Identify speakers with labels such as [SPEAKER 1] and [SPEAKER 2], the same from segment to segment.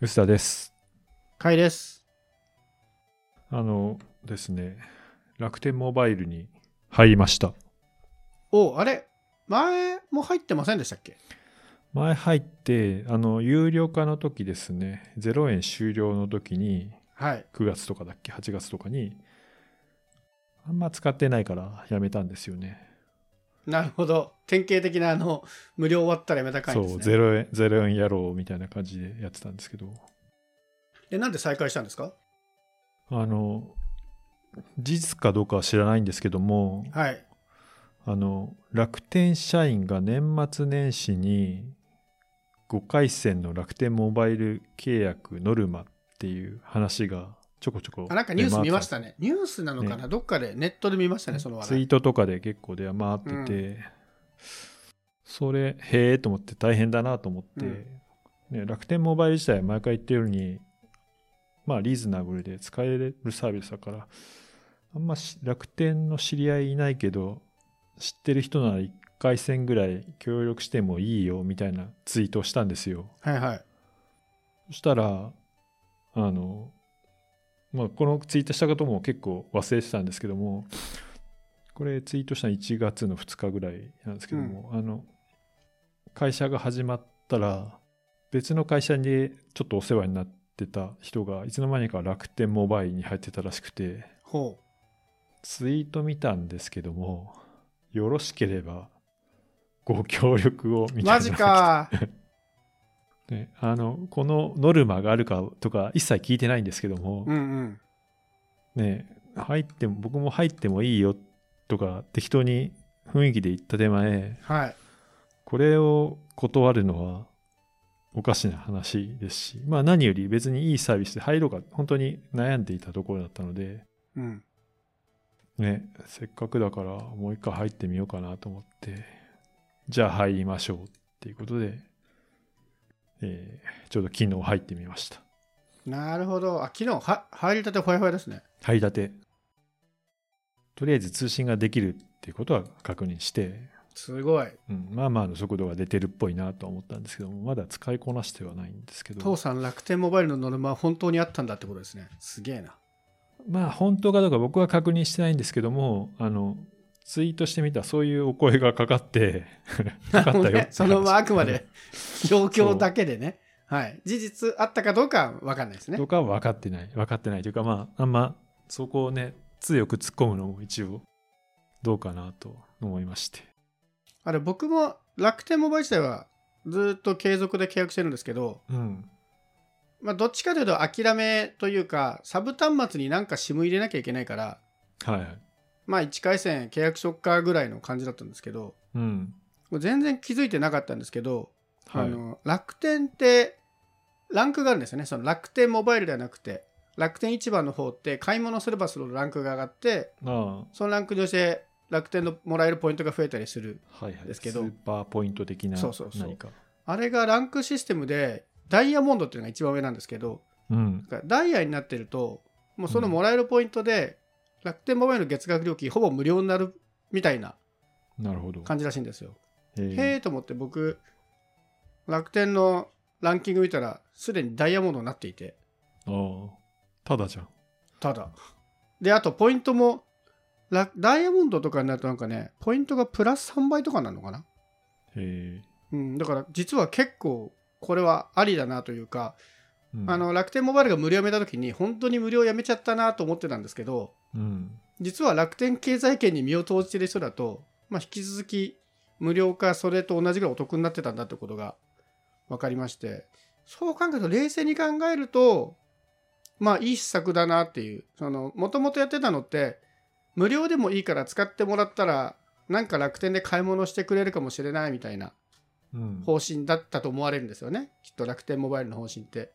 [SPEAKER 1] 臼田です。
[SPEAKER 2] かいです。
[SPEAKER 1] あのですね、楽天モバイルに入りました。
[SPEAKER 2] お、あれ前も入ってませんでしたっけ
[SPEAKER 1] 前入って、あの、有料化の時ですね、0円終了の時に、
[SPEAKER 2] はい。
[SPEAKER 1] 9月とかだっけ、8月とかに、あんま使ってないからやめたんですよね。
[SPEAKER 2] なるほど。典型的なあの、無料終わったらやめた会
[SPEAKER 1] そ
[SPEAKER 2] です
[SPEAKER 1] う、
[SPEAKER 2] ね。
[SPEAKER 1] 0円、0円やろうみたいな感じでやってたんですけど、
[SPEAKER 2] え、なんで再開したんですか
[SPEAKER 1] あの、事実かどうかは知らないんですけども、
[SPEAKER 2] はい。
[SPEAKER 1] あの楽天社員が年末年始に5回戦の楽天モバイル契約ノルマっていう話がちょこちょこ
[SPEAKER 2] あ、なんかニュース見ましたたね。ニュースなのかな、
[SPEAKER 1] ね
[SPEAKER 2] どっかでネットで見ましたね、その話
[SPEAKER 1] ツイー
[SPEAKER 2] 題。
[SPEAKER 1] トとかで結構出回ってて、それへえと思って大変だなと思って、ね、楽天モバイル自体は毎回言ってるようにまあリーズナブルで使えるサービスだからあんまし楽天の知り合いいないけど知ってる人なら1回戦ぐらい協力してもいいよみたいなツイートをしたんですよ
[SPEAKER 2] はいはい。
[SPEAKER 1] そしたらあの、まあ、このツイートしたことも結構忘れてたんですけどもこれツイートしたの1月の2日ぐらいなんですけども、あの会社が始まったら別の会社にちょっとお世話になってた人がいつの間にか楽天モバイルに入ってたらしくて
[SPEAKER 2] ほ
[SPEAKER 1] ツイート見たんですけどもよろしければご協力を
[SPEAKER 2] う。
[SPEAKER 1] みたいな
[SPEAKER 2] マジか。
[SPEAKER 1] ね、あのこのノルマがあるかとか一切聞いてないんですけども
[SPEAKER 2] う、んうん。
[SPEAKER 1] ね、入っても僕も入ってもいいよとか適当に雰囲気で言った手前
[SPEAKER 2] はい。
[SPEAKER 1] これを断るのはおかしな話ですし、まあ、何より別にいいサービスで入ろうか本当に悩んでいたところだったので、
[SPEAKER 2] うん。
[SPEAKER 1] ね、せっかくだからもう一回入ってみようかなと思ってじゃあ入りましょうっていうことで、えーちょうど昨日入ってみました。
[SPEAKER 2] なるほど。あ、昨日は入りたてほやほやですね。
[SPEAKER 1] 入りたてとりあえず通信ができるっていうことは確認して、
[SPEAKER 2] すごい。
[SPEAKER 1] うん、まあまあの速度が出てるっぽいなとは思ったんですけどもまだ使いこなしてはないんですけ
[SPEAKER 2] 父
[SPEAKER 1] ど
[SPEAKER 2] さん、楽天モバイルのノルマは本当にあったんだってことですね。すげえな。
[SPEAKER 1] まあ本当かどうか僕は確認してないんですけどもあのツイートしてみたらそういうお声がかかって かかったよって話
[SPEAKER 2] そのまああくまで状況だけでね、はい、事実あったかどうかは分かんないですね
[SPEAKER 1] と。かは分かってない分かってないというかまああんまそこをね強く突っ込むのも一応どうかなと思いまして
[SPEAKER 2] あれ僕も楽天モバイル自体はずっと継続で契約してるんですけど、
[SPEAKER 1] うん
[SPEAKER 2] まあ、どっちかというと諦めというかサブ端末になんか SIM 入れなきゃいけないから、
[SPEAKER 1] はいはい
[SPEAKER 2] まあ、1回戦契約しよっかぐらいの感じだったんですけど
[SPEAKER 1] うん
[SPEAKER 2] これ全然気づいてなかったんですけど、
[SPEAKER 1] はい
[SPEAKER 2] あの楽天ってランクがあるんですよねその楽天モバイルではなくて楽天市場の方って買い物すればするほどランクが上がって
[SPEAKER 1] ああ
[SPEAKER 2] そのランクによって楽天のもらえるポイントが増えたりする。
[SPEAKER 1] はいはい、
[SPEAKER 2] ですけど
[SPEAKER 1] スーパーポイント的な何か
[SPEAKER 2] そうそうそうあれがランクシステムで、ダイヤモンドっていうのが一番上なんですけど、
[SPEAKER 1] うん、
[SPEAKER 2] だからダイヤになってると、もうそのもらえるポイントで、楽天モバイルの月額料金ほぼ無料になるみたいな
[SPEAKER 1] なるほど、
[SPEAKER 2] 感じらしいんですよ。
[SPEAKER 1] えー
[SPEAKER 2] へえと思って僕、楽天のランキング見たら、すでにダイヤモンドになっていて、
[SPEAKER 1] ああただじゃん
[SPEAKER 2] ただ。で、あとポイントも、ラダイヤモンドとかになるとなんかね、ポイントがプラス3倍とかになるのかな
[SPEAKER 1] へえ
[SPEAKER 2] うん、だから実は結構これはありだなというか、
[SPEAKER 1] うん
[SPEAKER 2] あの楽天モバイルが無料やめた時に本当に無料やめちゃったなと思ってたんですけど
[SPEAKER 1] うん
[SPEAKER 2] 実は楽天経済圏に身を投じてる人だと、まあ、引き続き無料かそれと同じぐらいお得になってたんだってことが分かりましてそう考えると冷静に考えるとまあいい施策だなっていうもともとやってたのって無料でもいいから使ってもらったらなんか楽天で買い物してくれるかもしれないみたいな
[SPEAKER 1] うん
[SPEAKER 2] 方針だったと思われるんですよねきっと楽天モバイルの方針って。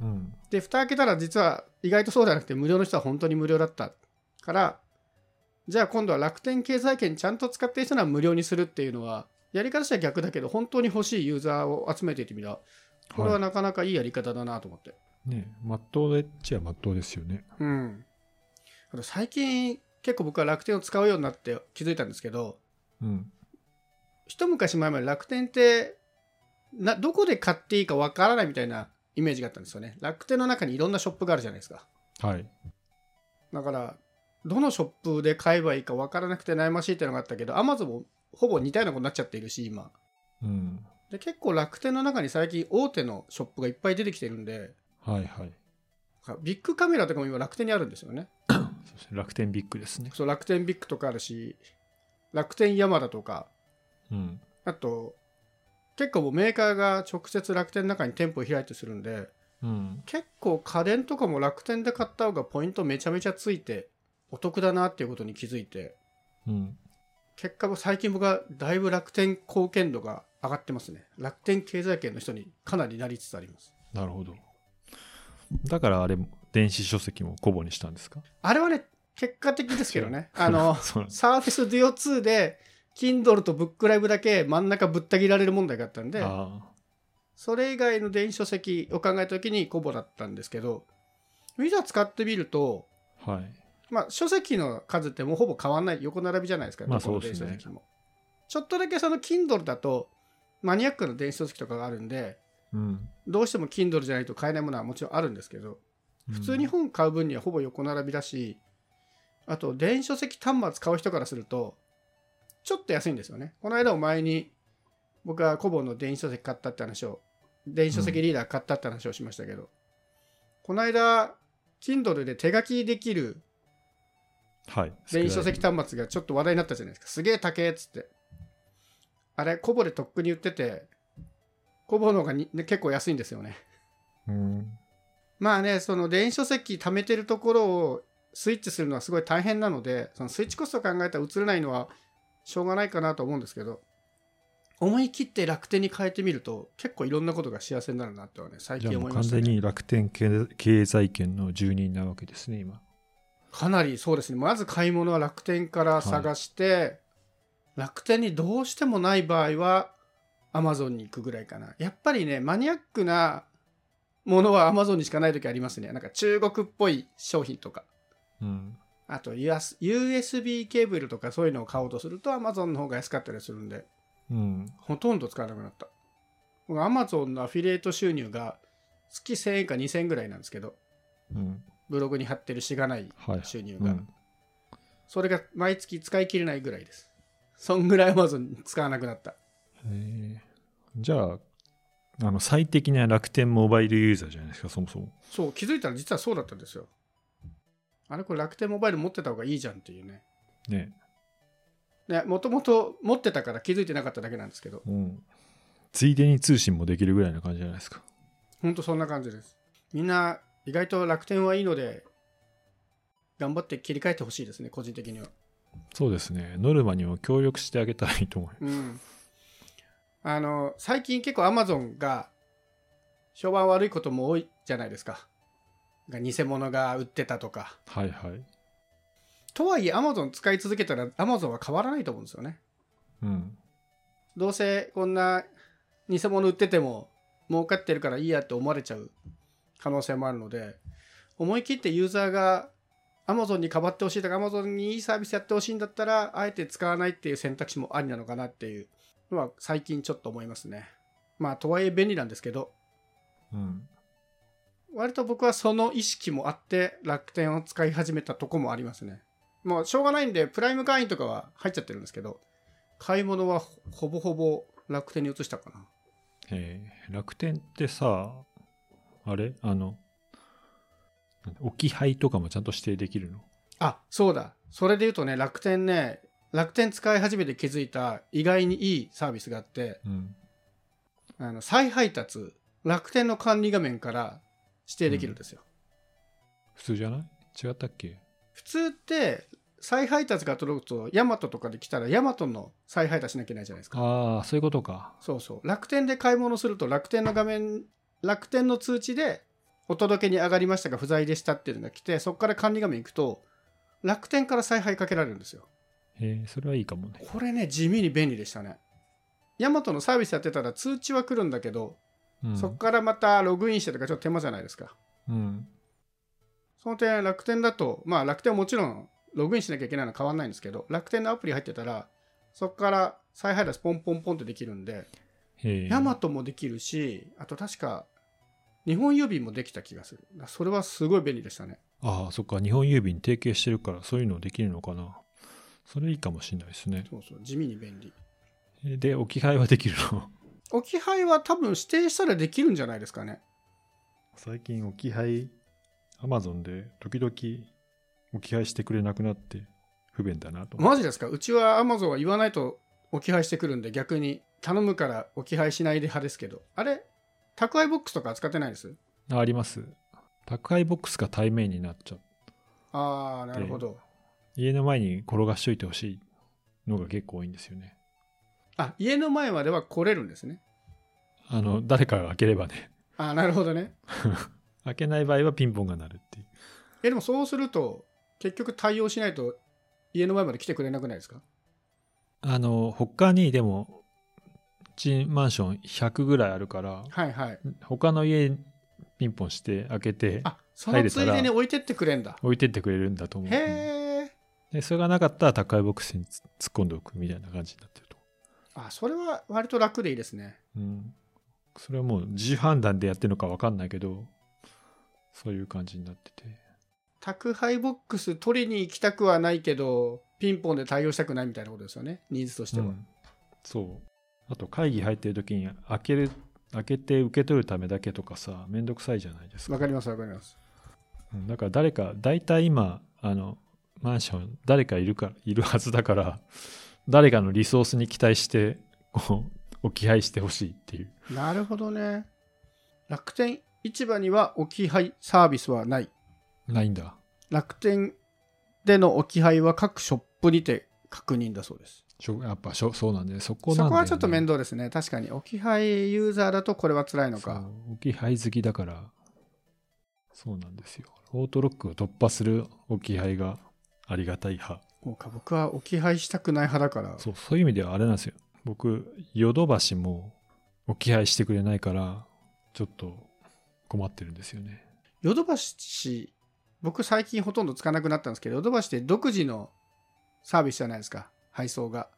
[SPEAKER 1] うん
[SPEAKER 2] で蓋開けたら実は意外とそうじゃなくて無料の人は本当に無料だったからじゃあ今度は楽天経済圏ちゃんと使ってる人なら無料にするっていうのはやり方としては逆だけど本当に欲しいユーザーを集めていってみたこれは
[SPEAKER 1] は
[SPEAKER 2] なかなかいいやり方だなと思って、
[SPEAKER 1] い、ねまっとうでっちゃまっとうですよね
[SPEAKER 2] うんあと最近結構僕は楽天を使うようになって気づいたんですけど
[SPEAKER 1] うん
[SPEAKER 2] 一昔前まで楽天ってなどこで買っていいかわからないみたいなイメージがあったんですよね。楽天の中にいろんなショップがあるじゃないですか。
[SPEAKER 1] はい。
[SPEAKER 2] だから、どのショップで買えばいいか分からなくて悩ましいっていうのがあったけど、Amazon もほぼ似たようなことになっちゃっているし、今。
[SPEAKER 1] うん。
[SPEAKER 2] で、結構楽天の中に最近大手のショップがいっぱい出てきてるんで、
[SPEAKER 1] はいはい。
[SPEAKER 2] ビッグカメラとかも今楽天にあるんですよね。
[SPEAKER 1] そうですね楽天ビッグですね。
[SPEAKER 2] そう、楽天ビッグとかあるし、楽天ヤマダとか、
[SPEAKER 1] うん。
[SPEAKER 2] あと、結構もうメーカーが直接楽天の中に店舗を開いてするんで、
[SPEAKER 1] うん。
[SPEAKER 2] 結構家電とかも楽天で買った方がポイントめちゃめちゃついてお得だなっていうことに気づいて
[SPEAKER 1] うん。
[SPEAKER 2] 結果最近僕はだいぶ楽天貢献度が上がってますね楽天経済圏の人にかなりなりつつあります
[SPEAKER 1] なるほど。だからあれも、電子書籍もコボにしたんですか
[SPEAKER 2] あれはね結果的ですけど ねあの
[SPEAKER 1] そうなんです。
[SPEAKER 2] サーフェスデュオ2で Kindle とブックライブだけ真ん中ぶった切られる問題があったんで
[SPEAKER 1] あ
[SPEAKER 2] それ以外の電子書籍を考えた時にコボだったんですけどいざ使ってみると
[SPEAKER 1] あ。はい。
[SPEAKER 2] まあ、書籍の数ってもうほぼ変わんない横並びじゃないですか、
[SPEAKER 1] まあ
[SPEAKER 2] どこの
[SPEAKER 1] そうですね
[SPEAKER 2] 電子書籍もちょっとだけその Kindle だとマニアックな電子書籍とかがあるんで
[SPEAKER 1] うん。
[SPEAKER 2] どうしても Kindle じゃないと買えないものはもちろんあるんですけど普通に本買う分にはほぼ横並びだし、あと電子書籍端末買う人からするとちょっと安いんですよねこの間お前に僕はコボの電子書籍買ったって話を電子書籍リーダー買ったって話をしましたけど、この間 Kindle で手書きできる
[SPEAKER 1] はい。
[SPEAKER 2] 電子書籍端末がちょっと話題になったじゃないですか。すげえ高えっつって。あれ、コボでとっくに売ってて、コボの方がに、ね、結構安いんですよね。
[SPEAKER 1] うん。
[SPEAKER 2] まあね、その電子書籍貯めてるところをスイッチするのはすごい大変なので、そのスイッチコストを考えたら映れないのはしょうがないかなと思うんですけど、思い切って楽天に変えてみると、結構いろんなことが幸せになるなってはね、最
[SPEAKER 1] じゃ
[SPEAKER 2] 近
[SPEAKER 1] あも
[SPEAKER 2] 思
[SPEAKER 1] う
[SPEAKER 2] いま
[SPEAKER 1] 完
[SPEAKER 2] した、
[SPEAKER 1] 全
[SPEAKER 2] ね。
[SPEAKER 1] に楽天経経済圏の住人なわけですね、今。
[SPEAKER 2] かなりそうですねまず買い物は楽天から探して、楽天にどうしてもない場合はアマゾンに行くぐらいかなやっぱりねマニアックなものはアマゾンにしかない時ありますねなんか中国っぽい商品とか
[SPEAKER 1] うん。
[SPEAKER 2] あと US USB ケーブルとかそういうのを買おうとするとアマゾンの方が安かったりするんで
[SPEAKER 1] うん。
[SPEAKER 2] ほとんど使わなくなった僕アマゾンのアフィリエイト収入が月1000円か2000円ぐらいなんですけど
[SPEAKER 1] うん。
[SPEAKER 2] ブログに貼ってるしがない
[SPEAKER 1] はい。
[SPEAKER 2] 収入
[SPEAKER 1] う
[SPEAKER 2] が、
[SPEAKER 1] ん。
[SPEAKER 2] それが毎月使い切れないぐらいです。そんぐらい Amazon 使わなくなった。
[SPEAKER 1] へえじゃあ、あの最適な楽天モバイルユーザーじゃないですか、そもそも。
[SPEAKER 2] そう、気づいたら実はそうだったんですよ。あれこれ楽天モバイル持ってた方がいいじゃんっていうね。
[SPEAKER 1] ね。
[SPEAKER 2] ね、もともと持ってたから気づいてなかっただけなんですけど、
[SPEAKER 1] うん。ついでに通信もできるぐらいな感じじゃないですか。
[SPEAKER 2] ほんとそんな感じです。みんな意外と楽天はいいので、頑張って切り替えてほしいですね、個人的には。
[SPEAKER 1] そうですね。ノルマにも協力してあげたらいいと思います。
[SPEAKER 2] うん。あの、最近結構 Amazon が評判悪いことも多いじゃないですか。なんか偽物が売ってたとか。
[SPEAKER 1] はいはい。
[SPEAKER 2] とはいえ、Amazon 使い続けたら Amazon は変わらないと思うんですよね。
[SPEAKER 1] うん。
[SPEAKER 2] どうせこんな偽物売ってても儲かってるからいいやって思われちゃう可能性もあるので、思い切ってユーザーが Amazon にかばってほしいとか Amazon にいいサービスやってほしいんだったら、あえて使わないっていう選択肢もありなのかなっていうのは最近ちょっと思いますね。まあ、とはいえ便利なんですけど、
[SPEAKER 1] うん。
[SPEAKER 2] 割と僕はその意識もあって楽天を使い始めたとこもありますね。もうしょうがないんで、プライム会員とかは入っちゃってるんですけど、買い物はほほぼほぼ楽天に移したかな。
[SPEAKER 1] えー楽天ってさ、あれあの、なんだ置き配とかもちゃんと指定できるの
[SPEAKER 2] あ、そうだ。それで言うとね、楽天ね、楽天使い始めて気づいた意外にいいサービスがあって、
[SPEAKER 1] うん。
[SPEAKER 2] あの再配達、楽天の管理画面から指定できるんですよ。
[SPEAKER 1] 普通じゃない違ったっけ
[SPEAKER 2] 普通って、再配達が届くと、ヤマトとかで来たら、ヤマトの再配達しなきゃいけないじゃないですか。
[SPEAKER 1] ああ、そういうことか。
[SPEAKER 2] そうそう。楽天で買い物すると、楽天の画面、楽天の通知で、お届けに上がりましたが不在でしたっていうのが来て、そこから管理画面行くと、楽天から再配かけられるんですよ。
[SPEAKER 1] えーそれはいいかもね。
[SPEAKER 2] これね、地味に便利でしたね。ヤマトのサービスやってたら通知は来るんだけど、
[SPEAKER 1] うん。
[SPEAKER 2] そこからまたログインしてとかちょっと手間じゃないですか。
[SPEAKER 1] うん。
[SPEAKER 2] その点楽天だと、まあ楽天はもちろんログインしなきゃいけないのは変わんないんですけど、楽天のアプリ入ってたら、そこから再配達ポンポンポンってできるんで、
[SPEAKER 1] えー
[SPEAKER 2] ヤマトもできるし、あと確か、日本郵便もできた気がする。それはすごい便利でしたね。
[SPEAKER 1] ああ、そっか、日本郵便提携してるから、そういうのできるのかな。それいいかもしれないですね。
[SPEAKER 2] そうそう、地味に便利。
[SPEAKER 1] えで、置き配はできるの
[SPEAKER 2] 置き配は多分指定したらできるんじゃないですかね。
[SPEAKER 1] 最近置き配、アマゾンで時々置き配してくれなくなって不便だなと思って。
[SPEAKER 2] マジですかうちは Amazon は言わないと置き配してくるんで逆に頼むから置き配しないで派ですけど。あれ宅配ボックスとか扱ってないです
[SPEAKER 1] ああります。宅配ボックスが対面になっちゃう。
[SPEAKER 2] ああ、なるほど。
[SPEAKER 1] 家の前に転がしといてほしいのが結構多いんですよね。
[SPEAKER 2] あ、家の前までは来れるんですね。
[SPEAKER 1] あの、誰かが開ければね。
[SPEAKER 2] ああ、なるほどね。
[SPEAKER 1] 開けない場合はピンポンが鳴るっていう。
[SPEAKER 2] え、でもそうすると、結局対応しないと家の前まで来てくれなくないですか
[SPEAKER 1] あの、他にでも、うちマンション100ぐらいあるから、
[SPEAKER 2] はいはい。
[SPEAKER 1] 他の家ピンポンして開けて
[SPEAKER 2] あ、そのつい
[SPEAKER 1] 入
[SPEAKER 2] で
[SPEAKER 1] れた
[SPEAKER 2] に
[SPEAKER 1] ら
[SPEAKER 2] 置いてってくれんだ。
[SPEAKER 1] 置いてってくれるんだと思う。
[SPEAKER 2] へえ。
[SPEAKER 1] でそれがなかったら宅配ボックスにつ突っ込んでおくみたいな感じになってると。
[SPEAKER 2] あ、それは割と楽でいいですね。
[SPEAKER 1] うん。それはもう自主判断でやってるのか分かんないけど、そういう感じになってて。
[SPEAKER 2] 宅配ボックス取りに行きたくはないけど、ピンポンで対応したくないみたいなことですよね。ニーズとしては。
[SPEAKER 1] うんそうあと会議入ってる時に開ける開けて受け取るためだけとかさめんどくさいじゃないです
[SPEAKER 2] わ
[SPEAKER 1] か
[SPEAKER 2] かりますわかります。
[SPEAKER 1] うんだから誰か大体今あのマンション誰かいるかいるはずだから 誰かのリソースに期待してこう置き配してほしいっていう
[SPEAKER 2] なるほどね。楽天市場には置き配サービスはない。
[SPEAKER 1] ないんだ
[SPEAKER 2] 楽天での置き配は各ショップにて確認だそうです。
[SPEAKER 1] しょやっぱしょそうなんでそこ
[SPEAKER 2] そ
[SPEAKER 1] なんだよね、
[SPEAKER 2] こはちょっと面倒ですね。確かに置き配ユーザーだとこれは辛いのか。
[SPEAKER 1] そう置き配好きだからそうなんですよオートロックを突破する置き配がありがたい派
[SPEAKER 2] そうか僕は置き配したくない派だから。
[SPEAKER 1] そう、そういう意味ではあれなんですよ。僕、ヨドバシも置き配してくれないから、ちょっと困ってるんですよね。
[SPEAKER 2] ヨドバシ、僕最近ほとんどつかなくなったんですけど、ヨドバシって独自のサービスじゃないですか。配送が。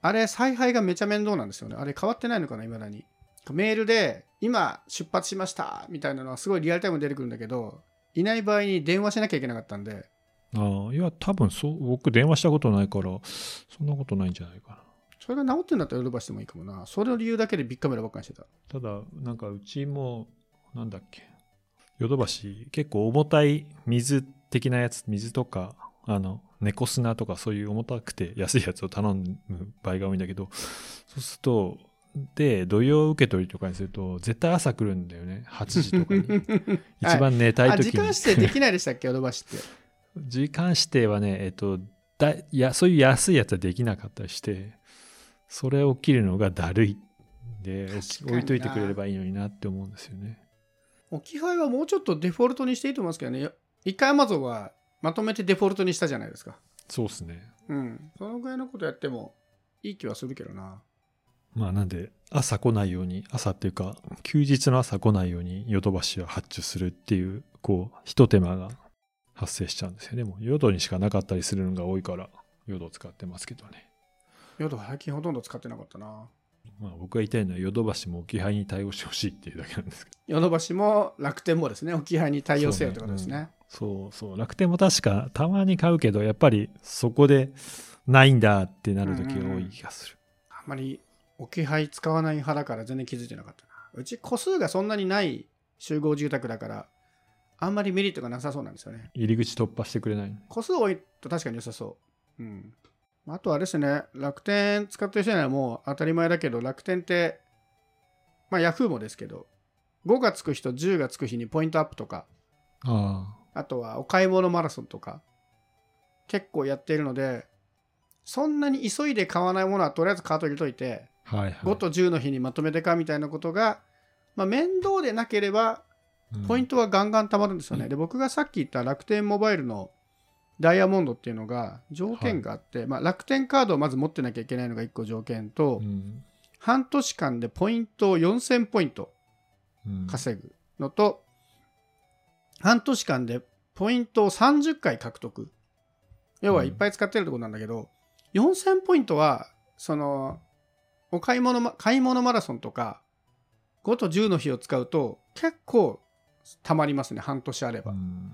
[SPEAKER 2] あれ、再配がめちゃ面倒なんですよね。あれ変わってないのかな、未だに。メールで、今出発しましたみたいなのはすごいリアルタイムで出てくるんだけど、いない場合に電話しなきゃいけなかったんで、
[SPEAKER 1] ああ、いや、多分そう、僕電話したことないから、そんなことないんじゃないかな。
[SPEAKER 2] それが治ってんだったらヨドバシでもいいかもな。それの理由だけでビッグカメラばっかりしてた。
[SPEAKER 1] ただ、なんかうちも、なんだっけ、ヨドバシ、結構重たい水的なやつ、水とか、あの、猫砂とかそういう重たくて安いやつを頼む場合が多いんだけど、そうすると、で、土曜受け取りとかにすると、絶対朝来るんだよね。8時とか に。一番寝たい
[SPEAKER 2] あ、
[SPEAKER 1] 時に。
[SPEAKER 2] 時間指定できないでしたっけ、ヨドバシって。
[SPEAKER 1] 時間指定はね、えっと、だいやそういう安いやつはできなかったりして、それを切るのがだるい。で、置き
[SPEAKER 2] 確かにな
[SPEAKER 1] 置いといてくれればいいのになって思うんですよね。
[SPEAKER 2] 置き配はもうちょっとデフォルトにしていいと思いますけどね。一回 Amazon はまとめてデフォルトにしたじゃないですか。
[SPEAKER 1] そうですね。
[SPEAKER 2] うん。そのぐらいのことやってもいい気はするけどな。
[SPEAKER 1] まあなんで、朝来ないように、朝っていうか、休日の朝来ないように、ヨドバシは発注するっていう、こう、ひと手間が発生しちゃうんですよね。もう、ヨドにしかなかったりするのが多いから、ヨドを使ってますけどね。
[SPEAKER 2] ヨドは最近ほとんど使ってなかったな。
[SPEAKER 1] まあ僕が言いたいのは、ヨドバシも置き配に対応してほしいっていうだけなんですけど。
[SPEAKER 2] ヨドバシも楽天もですね、置き配に対応せよってことですね。
[SPEAKER 1] そうそう、楽天も確か、たまに買うけど、やっぱりそこでないんだってなる時が多い気がする。
[SPEAKER 2] あんまり置き配使わない派だから全然気づいてなかったな。うち個数がそんなにない集合住宅だから、あんまりメリットがなさそうなんですよね。
[SPEAKER 1] 入り口突破してくれないの
[SPEAKER 2] 個数多いと確かに良さそう。うん。あとあれですね、楽天使ってる人にはもう当たり前だけど、楽天って、まあ Yahoo もですけど、5がつく日と10がつく日にポイントアップとか、
[SPEAKER 1] あ
[SPEAKER 2] あとはお買い物マラソンとか、結構やっているので、そんなに急いで買わないものはとりあえずカート入れといて、
[SPEAKER 1] あ、はいはい。
[SPEAKER 2] 5と10の日にまとめて買うみたいなことが、まあ面倒でなければポイン
[SPEAKER 1] ト、
[SPEAKER 2] トはガンガン貯まるんですよね。で、僕がさっき言った楽天モバイルのダイヤモンドっていうのが条件があって、まあ、楽天カードをまず持ってなきゃいけないのが1個条件と、
[SPEAKER 1] うん
[SPEAKER 2] 半年間でポイントを4000ポイント
[SPEAKER 1] うん
[SPEAKER 2] 稼ぐのと、半年間でポイントを30回獲得。要はいっぱい使ってるところなんだけど、4000ポイントは、その、お買い物ま、買い物マラソンとか、5と10の日を使うと、結構たまりますね半年あれば、
[SPEAKER 1] うん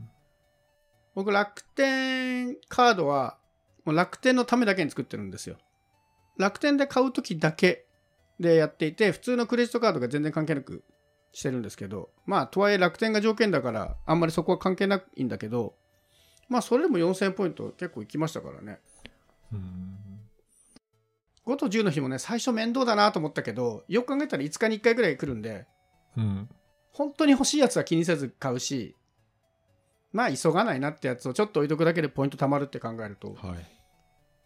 [SPEAKER 2] 僕楽天カードはもう楽天のためだけに作ってるんですよ楽天で買う時だけでやっていて普通のクレジットカードが全然関係なくしてるんですけどまあとはいえ楽天が条件だからあんまりそこは関係ないんだけどまあそれでも4000ポイント結構いきましたからね
[SPEAKER 1] うん
[SPEAKER 2] 5と10の日もね最初面倒だなと思ったけどよく考えたら5日に1回ぐらい来るんで
[SPEAKER 1] うん
[SPEAKER 2] 本当に欲しいやつは気にせず買うしまあ急がないなってやつをちょっと置いとくだけでポイント貯まるって考えると
[SPEAKER 1] はい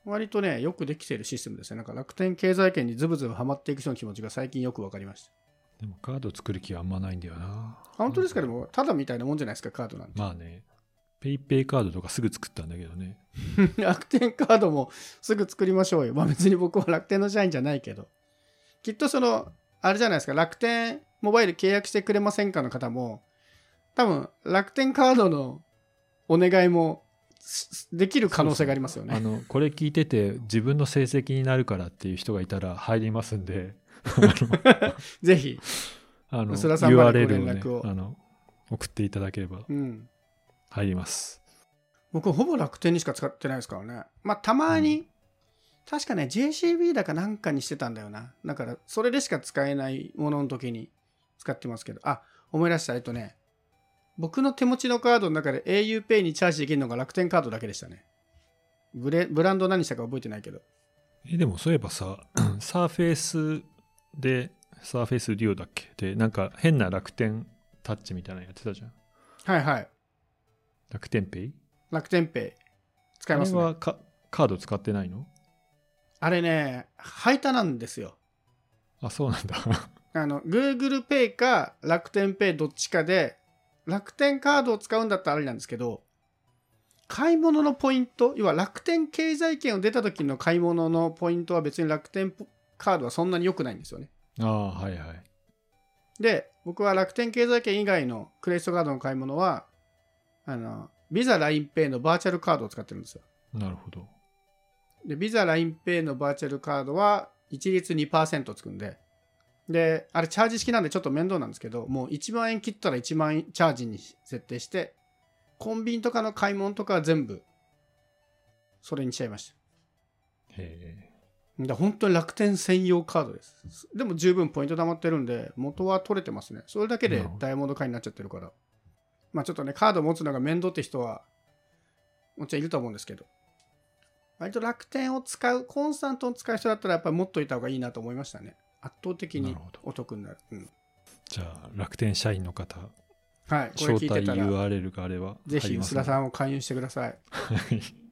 [SPEAKER 2] 割とねよくできてるシステムですねなんか楽天経済圏にズブズブハマっていく人の気持ちが最近よく分かりました
[SPEAKER 1] でもカード作る気はあんまないんだよな
[SPEAKER 2] あ本当ですかでもただみたいなもんじゃないですかカードなんて、
[SPEAKER 1] まあねペイペイカードとかすぐ作ったんだけどね
[SPEAKER 2] 楽天カードもすぐ作りましょうよまあ別に僕は楽天の社員じゃないけどきっとそのあれじゃないですか楽天モバイル契約してくれませんかの方も多分楽天カードのお願いもすできる可能性がありますよね
[SPEAKER 1] あのこれ聞いてて自分の成績になるからっていう人がいたら入りますんで
[SPEAKER 2] ぜひ、
[SPEAKER 1] あの
[SPEAKER 2] 薄田さんまで
[SPEAKER 1] URL
[SPEAKER 2] ご連
[SPEAKER 1] を,、ね
[SPEAKER 2] 絡を
[SPEAKER 1] あの送っていただければ
[SPEAKER 2] うん、
[SPEAKER 1] 入ります
[SPEAKER 2] 僕ほぼ楽天にしか使ってないですからねまあたまに、確かね JCB だかなんかにしてたんだよなだからそれでしか使えないものの時に使ってますけどあ思い出したえっとね僕の手持ちのカードの中で auPay にチャージできるのが楽天カードだけでしたねブレブランド何したか覚えてないけど
[SPEAKER 1] えでもそういえばさ サーフェイスでサーフェイスデュオだっけでなんか変な楽天タッチみたいなのやってたじゃん
[SPEAKER 2] はいはい
[SPEAKER 1] 楽天ペイ
[SPEAKER 2] 楽天ペイ使
[SPEAKER 1] あ
[SPEAKER 2] いま
[SPEAKER 1] れ
[SPEAKER 2] すねあれ
[SPEAKER 1] はかカード使ってないの
[SPEAKER 2] あれね配達なんですよ
[SPEAKER 1] あそうなんだ
[SPEAKER 2] あの、Google Pay か楽天 Pay どっちかで、楽天カードを使うんだったらあれなんですけど、買い物のポイント、要は楽天経済圏を出た時の買い物のポイントは別に楽天カードはそんなに良くないんですよね。
[SPEAKER 1] ああはいはい
[SPEAKER 2] で、僕は楽天経済圏以外のクレジットカードの買い物は、あの、ビザ LINEPay のバーチャルカードを使ってるんですよ。
[SPEAKER 1] なるほど
[SPEAKER 2] で、ビザ LINEPay のバーチャルカードは一律2%つくんで、で、あれチャージ式なんでちょっと面倒なんですけど、もう1万円切ったら1万円チャージに設定して、コンビニとかの買い物とかは全部、それにしちゃいました。
[SPEAKER 1] へ
[SPEAKER 2] だ本当に楽天専用カードです。でも十分ポイント貯まってるんで、元は取れてますね。それだけ
[SPEAKER 1] な
[SPEAKER 2] で
[SPEAKER 1] るほど
[SPEAKER 2] ダイヤモンド会になっちゃってるから。まあちょっとね、カード持つのが面倒って人は、もちろんいると思うんですけど。割と楽天を使う、コンスタントを使う人だったら、やっぱり持っといた方がいいなと思いましたね。圧倒的
[SPEAKER 1] えな
[SPEAKER 2] に
[SPEAKER 1] るほど
[SPEAKER 2] お得になる。うん、
[SPEAKER 1] じゃあ楽天社員の方
[SPEAKER 2] はい、これ
[SPEAKER 1] 招
[SPEAKER 2] 聞い
[SPEAKER 1] 待
[SPEAKER 2] てたら、
[SPEAKER 1] URL があれば
[SPEAKER 2] ぜひ、
[SPEAKER 1] 入りま
[SPEAKER 2] 薄
[SPEAKER 1] す
[SPEAKER 2] 田
[SPEAKER 1] ので
[SPEAKER 2] さんを勧誘してください。
[SPEAKER 1] はい